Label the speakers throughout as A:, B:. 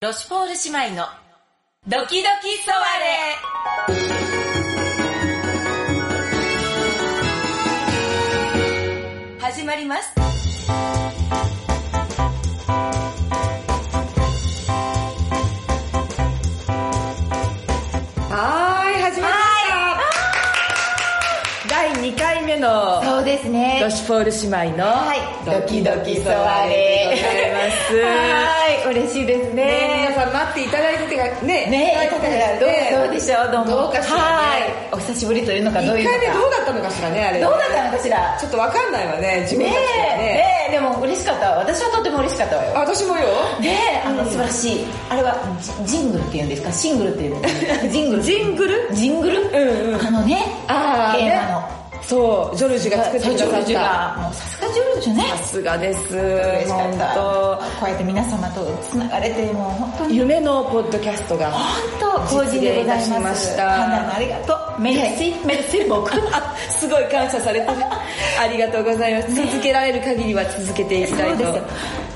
A: ロシュポール姉妹のドキドキソワレ始まります
B: はーい、始まりました。第2回目の
A: そうですね
B: ロシュポール姉妹の
A: はい
B: ドキドキソワレでございます。
A: はい嬉しいですね
B: ね皆さん待っていただいててかね、
A: ね
B: いただいてたからね
A: どうどうでしょうどうも
B: どうかしらね
A: はいお久しぶりというのかどうい
B: 1
A: うの
B: 回目
A: か
B: どうだったのかしらね、あれ。
A: どうだったのかしら
B: ちょっとわかんないわね、自分
A: ね
B: たちで
A: え
B: ね。
A: ねえでも嬉しかったわ私はとても嬉しかったわよ
B: あ私もよ。
A: ねえあの素晴らしいあれはジジングルって言うんですかシングルって言 うんですかジングルジングルジングル
B: うんうん
A: あのね
B: あー
A: テ
B: ね
A: ーマの
B: そう、ジョルジュが作って
A: そう
B: くだ
A: ジョ
B: さ
A: ル
B: っ
A: ジュ
B: た。
A: がもうさすがジョルジュね
B: さすがです。
A: 嬉しかっ
B: 本
A: たこ
B: 当。
A: うやって皆様とつながれてもう本当に
B: 夢のポッドキャストが。
A: 本当光人でござい
B: 実現いた
A: ま
B: しますし
A: 花
B: た
A: もありがとうメルシーメルシー僕
B: あすごい感謝されてるありがとうございます続けられる限りは続けていきたいと
A: そうですよ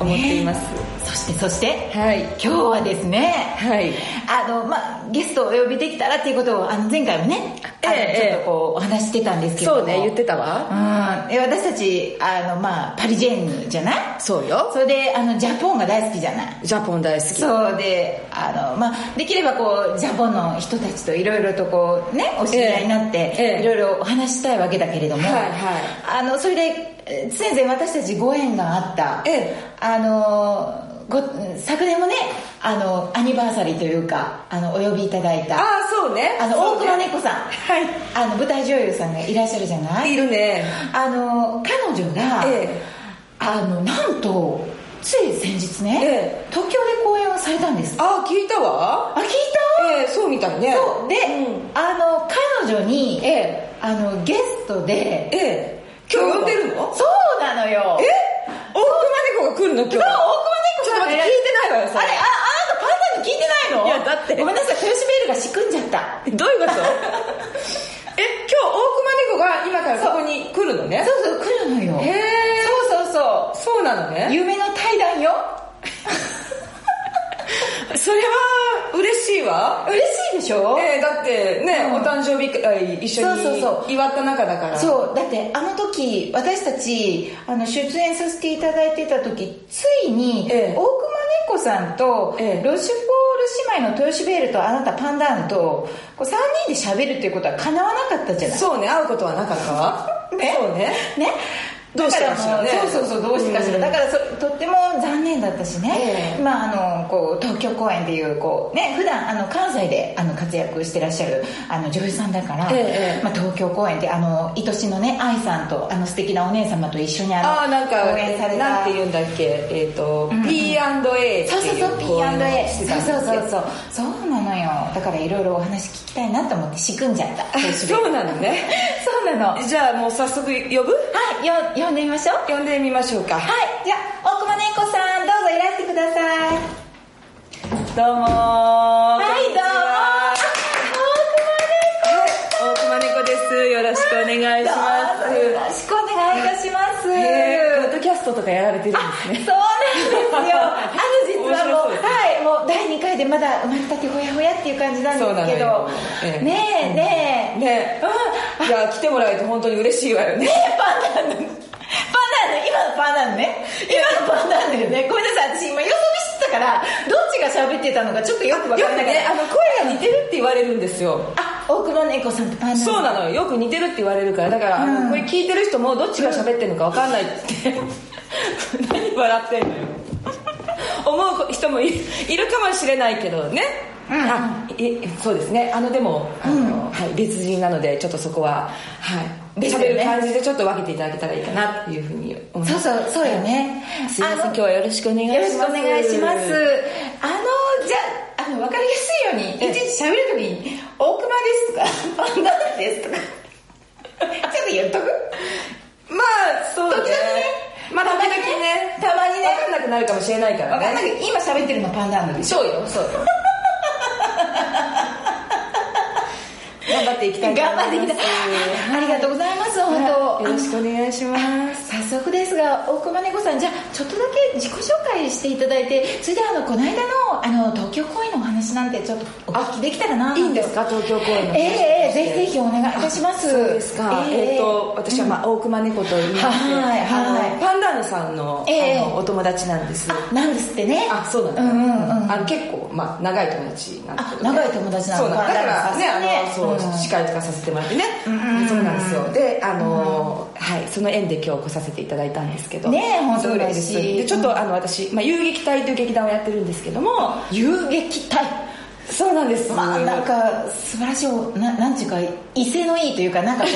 B: 思っています
A: ねえそしてそして
B: はい
A: 今日はですね
B: はい
A: あの、まあ、ゲストをお呼びできたらっていうことを、あの、前回もね、あの
B: ええ
A: ちょっとこう、お話ししてたんですけれども。
B: そうね言ってた
A: う
B: わ
A: ん。え私たち、あの、まあ、パリジェンヌじゃない
B: そうよ
A: それで、あの、ジャポンが大好きじゃない
B: ジャポン大好き
A: そうで、あの、まあ、できればこう、ジャポンの人たちといろいろとこう、ね、お知り合いになって、
B: ええええ
A: いろいろお話ししたいわけだけれども、
B: はいはい
A: あの、それで、え常々私たちご縁があった、
B: え
A: あの、ご昨年もね、あの、アニバーサリーというか、あの、お呼びいただい
B: あ
A: た、
B: あそうね
A: あの、
B: そ
A: 大
B: う
A: 黒
B: ね
A: 猫さん、
B: はい
A: あの、舞台女優さんがいらっしゃるじゃない
B: いるね
A: あの、彼女が、
B: え
A: あの、なんと、つい先日ね、
B: え
A: 東京で公演をされたんです。
B: ああ聞いたわ
A: あ、聞い
B: ええそうみたいね
A: たそうで、
B: うん
A: あの、彼女に、
B: え
A: あの、ゲストで、
B: えええ今日呼んでるの
A: そうなのよ。
B: え大熊猫が来るの今
A: そう、大熊猫
B: 日ちょっと待って聞いてないわよそ
A: あ
B: れ
A: れ、あ、あなたパンダに聞いてないの
B: いやだって
A: ごめんなさい、豊島ベールが仕組んじゃった。
B: どういうこと え今日大熊猫が今からここに来るのね
A: そうそう、来るのよ。
B: へえ
A: そうそうそ
B: そうなのね
A: う。夢の対談よ。
B: それは嬉しいわ。
A: 嬉しいでしょ
B: えーだってね、
A: うん
B: お誕生日会一緒
A: そうそうそ
B: に祝った中だから。う。
A: そうだってあの時私たちあの出演させていただいてた時ついに、
B: ええ
A: 大熊猫さんと、
B: ええ
A: ロシュポール姉妹の豊シベールとあなたパンダーンとこう3人で喋るっていうことはかなわなかったじゃない
B: そうね、会うことはなかったわ。
A: ね
B: そうね。
A: ね
B: どうしてかしらね
A: だからもうそうそうそうどうしてかしら、
B: うん
A: だからそとっても残念だったしね
B: え、え
A: まああのこう東京公演でいうこうね普段あの関西であの活躍してらっしゃるあの女優さんだから、
B: ええ
A: まあ、東京公演であの愛しのね愛さんとあの素敵なお姉様と一緒にあの
B: ああ、なんか、
A: 公演された
B: なんて言うんだっけ、えっ、と、
A: んうん
B: P&A っていう
A: そうそうそう
B: 公演を
A: P&A
B: し
A: そう
B: てたん
A: そうそう
B: う。
A: そうそうなのよだからいろいろお話聞きたいなと思って仕組んじゃっ た
B: あそうなのね。
A: そうなのはい
B: じゃあもう早速呼ぶ
A: よ呼んでみましょう
B: 呼んでみましょうか。
A: はい、じゃあ、大熊猫さん、どうぞいらしてください。
B: どうも
A: はい、どうも。あ
B: どうも。大熊猫です。よろしくお願いし
A: 大熊猫。どうぞよ
B: ま
A: ろしくお願いいたします。
B: す。へーポッドキャストとかやられてるん
A: あ
B: です
A: そう
B: ね
A: なん。ですよ。あの、実はもう、
B: 面白そうですね
A: はい、もう第2回でまだ生まれたてほやほやっていう感じなんですけ
B: そうなの
A: ど
B: よえ、え
A: ねえ、ねえ、
B: ねいや来てもらえて本当に嬉しいわよね
A: パンダの、パンダの、今のパンダのね、今のパンダのよね、ごめんなさい、私今、よそ見してたから、どっちが喋ってたのかちょっとよくわ
B: よ
A: かん
B: く
A: なかっ
B: ねあ
A: た。
B: の声が似てるって言われるんですよ
A: あ、大久保猫さんとパンダ
B: そうなのよよく似てるって言われるからだから、あの
A: うん
B: これ聞いてる人もどっちが喋ってるのか分かんないって何笑ってんのよ思う人もいいるかもしれないけどね、
A: うん
B: あいそうですねあのでも、あのはい、別人なのでちょっとそこははい
A: ですよね
B: 喋る感じでちょっと分けていただけたらいいかなっていうふうに思います
A: そうそう、そうよね。
B: すいませ
A: あ
B: ん
A: の
B: 今日はよろしくお願いします
A: よろしくお願いします。あの、じゃあ、あの、わかりやすいように、いちいち喋るときに、大熊ですとか、 パンダですとか、ちょっと言っとく
B: まあそうね
A: 時々ね
B: まあ時々ね
A: たまにね
B: 分かんなくなるかもしれないから
A: わかん
B: ね
A: ないけど、今喋ってるのパンダなんでしょ
B: そうよ そうよ頑張っていきたい
A: 頑張ってきた。あありがとうございます、本
B: 本
A: 当。
B: 当よろしくお願いします
A: さ速ですが大熊猫さんじゃあちょっとだけ自己紹介していただいてそれであのこの間のあの東京公演のお話なんてちょっとお聞きできたらない
B: いんですか東京公演の
A: え
B: 話
A: えええぜひぜひお願いいたします
B: そうですか、
A: ええ
B: えっと私は、まあ大熊猫と言いまして、
A: はいはい
B: あのパンダーヌさんの,、
A: ええ
B: あのお友達なんです
A: あなんですってね
B: あそうなんだ、
A: うんうんうん
B: あの結構、まあ、長い友達なんだけど、
A: あ長い友達なの
B: そうだ
A: パンダ
B: だ
A: ー
B: か
A: ヌさん
B: らねあの
A: ね
B: そう、
A: うん
B: 司会とかさせてもらってね、
A: うんうんうん
B: そうなんですよであの、はい、その縁で今日来させていただいたんですけど
A: ねえ本当
B: すごい
A: 嬉しい
B: ですでちょっとあの私、まあ、遊撃隊という劇団をやってるんですけども
A: 遊撃隊
B: そうなんです
A: まあなんか素晴らしいおななんていうか威勢のいいというかなんかこ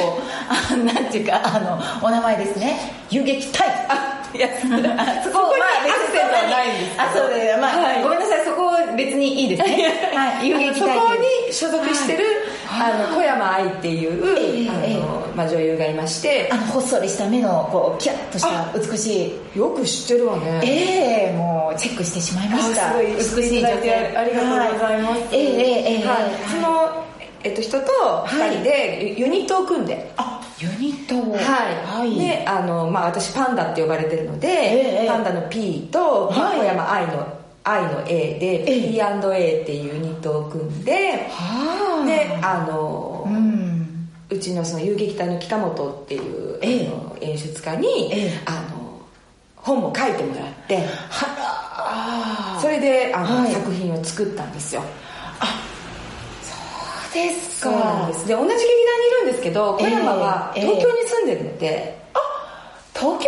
A: う あなんていうかあのお名前ですね遊撃隊
B: あ いやそこにアクセントはないんですけど
A: あそうですまあ、
B: はい
A: ごめんなさいそこは別にいいですね はい遊撃
B: そこ
A: 隊
B: に所属してる、あの小山愛っていう、
A: ええ
B: あのまあ、女優がいまして
A: あのほっそりした目のこうキャッとした美しい
B: よく知ってるわね
A: ええもうチェックしてしまいました
B: あすごい
A: 美しい女性
B: ありがとうございます、
A: はええええええ
B: はい、その、えっと、人と2人でユユニットを組んで、
A: あユニットを
B: はい、
A: はい、
B: であの、まあ、私パンダって呼ばれてるので、
A: ええ
B: パンダの P とまあ
A: はい
B: 小山愛の愛の A
A: え
B: で、
A: え
B: P&A っていうユニットを組んで、
A: はあ
B: であの、
A: う
B: うんちのその遊撃隊の北本っていう、
A: ええ
B: あの演出家に、
A: ええ
B: あの本も書いてもらって
A: はら
B: それであの、
A: はい
B: 作品を作ったんですよ
A: そうですか
B: そうなんですで同じ劇団にいるんですけど小山は
A: ええ
B: 東京に住んでるので、
A: 東京にお住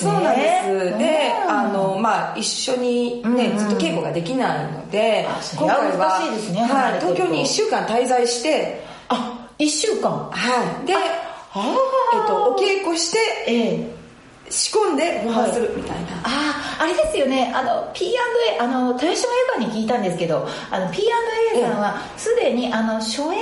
B: そう
A: まい
B: な
A: なん
B: ん
A: ですね
B: です、であの、まあ、一緒に、ね
A: うんうん
B: ずっと稽古ができないので
A: あそれは難しいですね離
B: は
A: れ
B: い、
A: てると
B: 東京に1週間滞在して、
A: あ一週間
B: はい、で、
A: あ
B: えっと、お
A: えっ
B: 稽古して
A: ええ
B: 仕込んでリハーサルみたいな、
A: あああれですよねあの P&A あの豊島優香に聞いたんですけどあの P&A さんはすでにあの初演を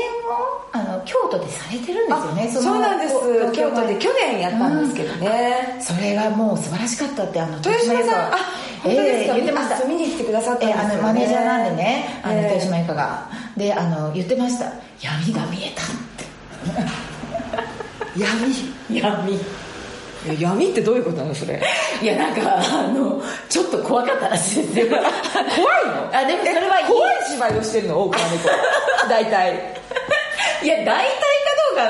A: あの京都でされてるんですよね
B: あそうなんです
A: 東
B: 京
A: 京
B: 都
A: 都
B: で
A: で
B: 去年やったんですけどね、
A: それがもう素晴らしかったってあの
B: 豊島さんあ本当です
A: ええ
B: か、
A: 言ってました
B: あ見に来てくださったん
A: ええ
B: ですよ、
A: あ
B: ね
A: のマネージャーなんでね、あの
B: ええ
A: 豊島由香がであの言ってました闇が見えたっ
B: 闇闇いや闇ってどういうことなのそれ
A: ていやなんかあのちょっと怖かったらしいですよ怖い
B: の
A: あでもそれはいい
B: 怖い芝居をしてるの大倉猫は大体
A: いや大体か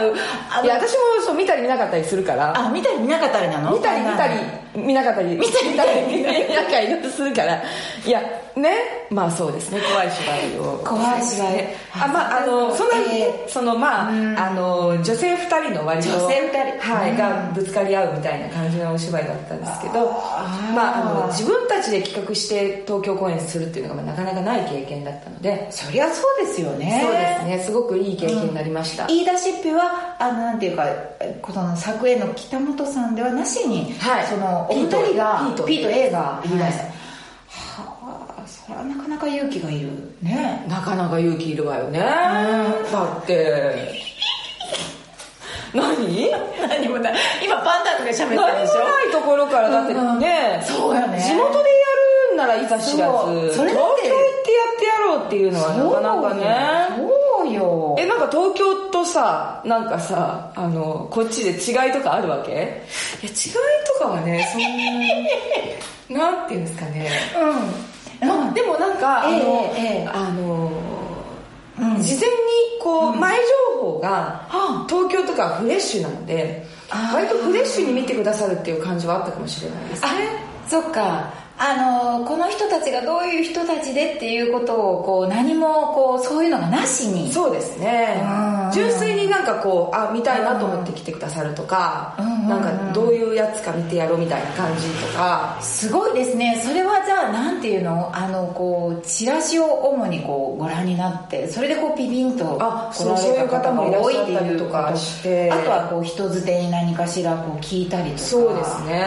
A: どうかあの
B: いや私もそう見たり見なかったりするから
A: あ見たり見なかったりなの
B: 見たり見たり見なかったり見たり見たり見なかったりするからいやねまあそうですね怖い芝居を
A: 怖い芝居
B: あまああのそんなにね、
A: え
B: そのまあ,、あの女性2人の割と
A: 女性二人
B: はい
A: うん
B: がぶつかり合うみたいな感じのお芝居だったんですけど
A: あー
B: まああの自分たちで企画して東京公演するっていうのがまあなかなかない経験だったので
A: そりゃそうですよね
B: そうですねすごくいい経験になりました、
A: 言い出しっぺはあのなんていうかこの作演の北本さんではなしに、
B: はい
A: そのお
B: P
A: 二
B: と
A: 人が
B: P と
A: P と A が言い出した、
B: は
A: はあそれはなかなか勇気がいるね
B: なかなか勇気いるわよねだって何
A: 何もない今パンダとか喋
B: 何もないところからだってね、
A: そうよね
B: 地元でやるんならいざ知ら
A: そう
B: ず
A: それ
B: 東京行って
A: だ
B: や
A: って
B: ってやろうっていうのはなかなかね
A: そうよ
B: えなんか東京とさなんかさあのこっちで違いとかあるわけいや違いとかはねそんななんていうんですかね
A: うん、うん、
B: でもなんか、
A: ええ
B: あの、
A: ええ
B: あの
A: うん
B: 事前にこう、前情報が
A: あ
B: 東京とかフレッシュなので
A: あー
B: 割とフレッシュに見てくださるっていう感じはあったかもしれないです
A: あそっかあのこの人たちがどういう人たちでっていうことをこう何もこうそういうのがなしに
B: そうですね
A: うん
B: 純粋になんかこうあ見たいなと思って来てくださるとか、
A: うん
B: なんかどういうやつか見てやろうみたいな感じとか、
A: すごいですねそれはじゃあなんていうのあのこうチラシを主にこうご覧になってそれでこうピピンと
B: あ
A: 来
B: そう
A: られた方
B: そういう方もい
A: が
B: らっ
A: 多
B: し
A: いっ
B: ゃってた
A: い
B: り
A: う
B: と
A: こと
B: かして
A: あとはこう人づてに何かしらこう聞いたりとか
B: そうですね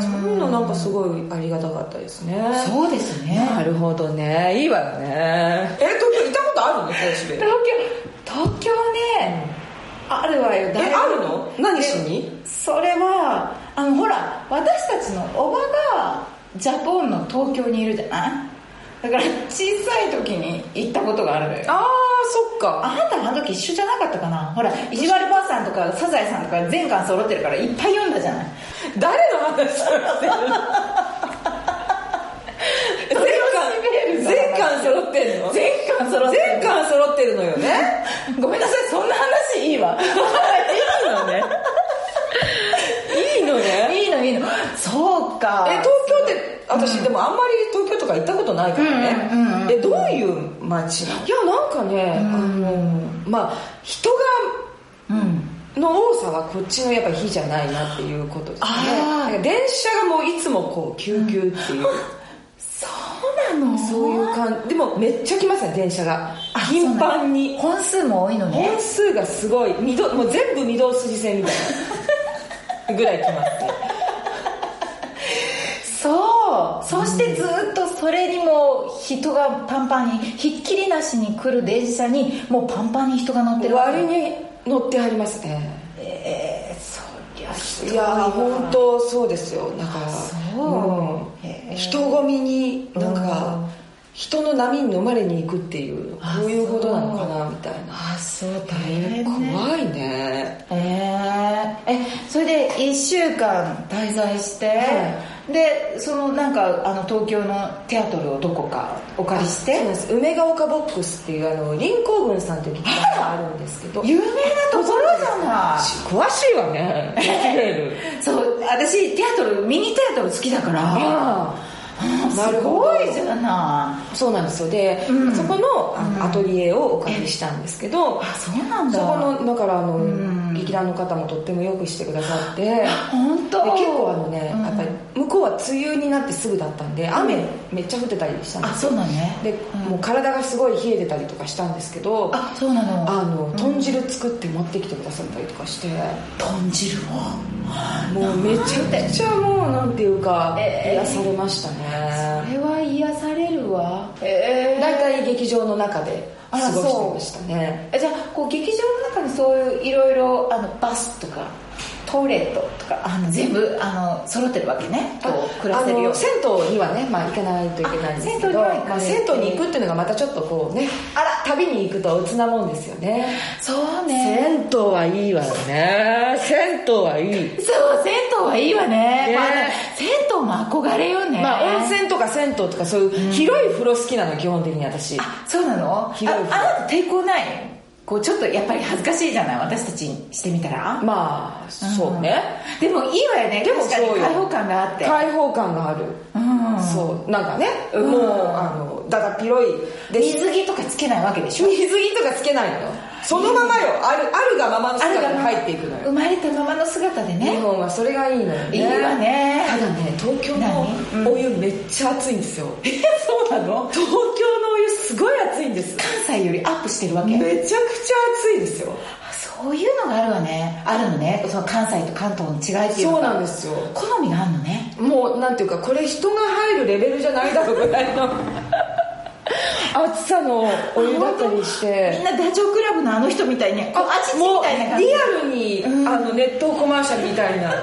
B: そういうのなんかすごいありがたかったですね
A: そうですね
B: なるほどねいいわよねえ東京行ったことあるの東
A: 東京東京ね、あるわよ
B: えあるの何しに
A: それはあのほら私たちのおばがジャポンの東京にいるじゃないだから小さい時に行ったことがあるのよ
B: ああそっか
A: あなたもあの時一緒じゃなかったかなほらいじわるばあさんとかサザエさんとか全巻揃ってるからいっぱい読んだじゃない
B: 誰の話をしてる
A: 全巻
B: 全巻揃ってんの
A: 全巻揃ってる
B: 全巻揃ってるのよね
A: ごめんなさいそんな話いい わ
B: いいのねいいのね
A: いいのいいのそうか
B: え東京って私、でもあんまり東京とか行ったことないからね、
A: うんうんうんうん
B: えどういう街なのいやなんかね、あのまあ人が
A: うん
B: の多さはこっちのやっぱ比じゃないなっていうことですね
A: あー
B: なんか電車がもういつもこう 急急っていう、
A: そうなの
B: そういう感じでもめっちゃ来ますね電車が頻繁に
A: 本数も多いのね
B: 本数がすごい御堂もう全部御堂筋線みたいなぐらい来ますね
A: そうそしてずっとそれにもう人がパンパンにひっきりなしに来る電車にもうパンパンに人が乗ってる
B: 割に乗ってありますね
A: えー、そりゃひど
B: い
A: い
B: や
A: わ
B: ー本当そうですよだから
A: そうへ
B: ん、
A: ー
B: 人混みになんか、
A: うん
B: 人の波に飲まれに行くっていうこ
A: あ
B: ういうことなのかなみたいな
A: あそう大
B: え
A: 変、ね、
B: ー怖いね
A: えー、えそれで1週間滞在して、
B: は
A: でそのなんかあの東京のテアトルをどこかお借りし
B: そうなん
A: て
B: です梅ヶ丘ボックスっていうあの林光群さんという劇団があるんですけど
A: 有名なところじゃない
B: 詳しいわね
A: そう私テアトルミニテアトル好きだから
B: あ
A: うん
B: な
A: す
B: るほ
A: ご
B: ど
A: いじゃない
B: あそうなんですよで、
A: うん
B: そこのあ
A: うん
B: のアトリエをお借りしたんですけど、
A: あそうなんだ
B: そこのだからあの、
A: ん
B: 劇団の方もとってもよくしてくださって
A: 本当
B: で結構あのね、
A: うん
B: やっぱり向こうは梅雨になってすぐだったんで雨めっちゃ降ってたりしたんで
A: あ
B: す
A: そうなのね
B: で、
A: うん
B: もう体がすごい冷えてたりとかしたんですけどあ
A: あそうなの
B: の豚汁作って持ってきてくださったりとかして、
A: 豚汁を
B: もうめちゃくちゃもうなんていうか
A: えー
B: 癒されました
A: あ
B: ね
A: れは癒されるわえ
B: 大体劇場の中で
A: あ
B: 過
A: ら
B: ごしてましたね
A: えじゃあこう劇場の中にそういういろいろあのバスとかトイレットとかあの全部あの揃ってるわけねこう暮らせるよ
B: あの銭湯にはね、まあ、行かないといけないんですけ
A: あ銭湯
B: ど
A: には行かない
B: まあ銭湯に行くっていうのがまたちょっとこうね
A: あら
B: 旅に行くと鬱なもんですよね
A: そう
B: 銭湯はいいわね銭湯はいい
A: そう銭湯はいいわね
B: ね
A: まあ銭湯も憧れよね
B: まあ温泉とか銭湯とかそういう広い風呂好きなの基本的に私
A: あそうなの
B: 広い
A: ああなた抵抗ないこうちょっとやっぱり恥ずかしいじゃない私たちにしてみたら
B: まあそうね
A: でもいいわよね
B: でも
A: 確かに
B: そうよ
A: 開放感があって
B: 開放感がある
A: うん
B: そうなんかねも
A: ん
B: うあのだだっ広いで
A: 水着とかつけないわけでしょ
B: 水着とかつけないのよそのままよあるあるがままの
A: ある
B: 姿
A: が
B: に
A: まま
B: 入っていくのよ
A: 生まれたままの姿で
B: 日
A: ね
B: 本はそれがいいのよね
A: いいわね
B: ただね東京の
A: 何
B: お湯めっちゃ熱いんですよえ
A: そうなの
B: 東京のお湯すごい熱いんです
A: 関西よりアップしてるわ
B: め
A: け
B: ちゃくちゃ熱いですよ
A: そういうのがあるわねあるのねその関西と関東の違いっていうの
B: そう
A: が
B: なんですよ
A: 好みがあるのね
B: もうなんていうかこれ人が入るレベルじゃないだろうぐらいの 暑さのお湯だったりし
A: みん
B: て
A: なダチョウ倶楽部のあの人みたいにこうアジチみたいな感じ
B: もうリアルにあのネットコマーシャルみたいな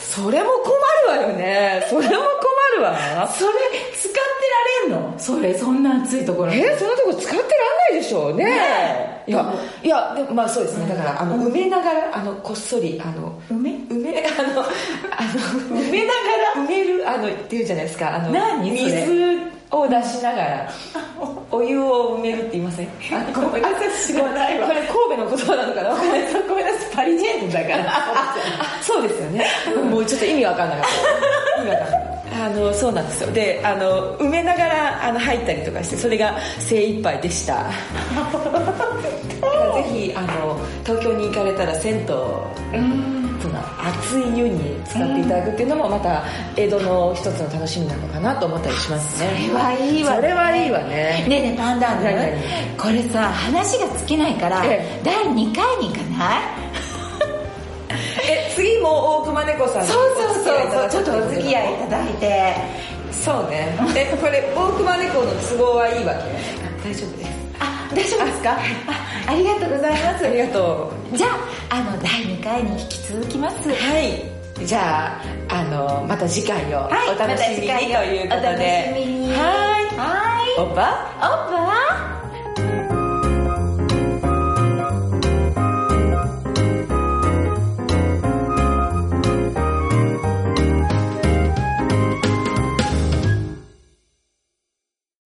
B: それも困るわよねそれも困るわ
A: それ使ってられんのそれそんな暑いところ
B: えーそんなとこ使ってらんないでしょうね
A: ね
B: いやいやでもまあそうですねだからあの埋めながらあのこっそりあの
A: 梅
B: 埋めあのあの 埋めながら埋めるあのっていうじゃないですかあの
A: 何それ
B: 水を出しなが らお湯を埋めるって言いませんあごめんなさい知らないわこれ神戸の言葉なのかなごめんなさいごめんなさいパリジェンヌだからあそうですよね、もうちょっと意味わかんなかった意味わかんなかったあのそうなんですよであの埋めながらあの入ったりとかしてそれが精一杯でしただからぜひあの東京に行かれたら銭湯その熱い湯に使っていただくっていうのもまた江戸の一つの楽しみなのかなと思ったりしますね
A: それはいいわね
B: それはいいわね
A: ねえねえパンダー
B: 何
A: ヌこれさ話が尽きないから
B: ええ
A: 第2回に行かない
B: え次も大熊猫さんに
A: そうそう
B: お付き合いいた
A: そう
B: だく
A: ちょっとお
B: て
A: 付
B: こで
A: き合いいただいて
B: そうねえこれ大熊猫の都合はいいわけ大丈夫です
A: あ大丈夫ですかあありがとうございます
B: ありがとう
A: じゃああの第2回に引き続きます
B: はいじゃああのまた次回を
A: はい
B: お楽しみ
A: また次
B: にということで、
A: 回をお楽しみに
B: はい
A: はい
B: オッパ
A: オッパ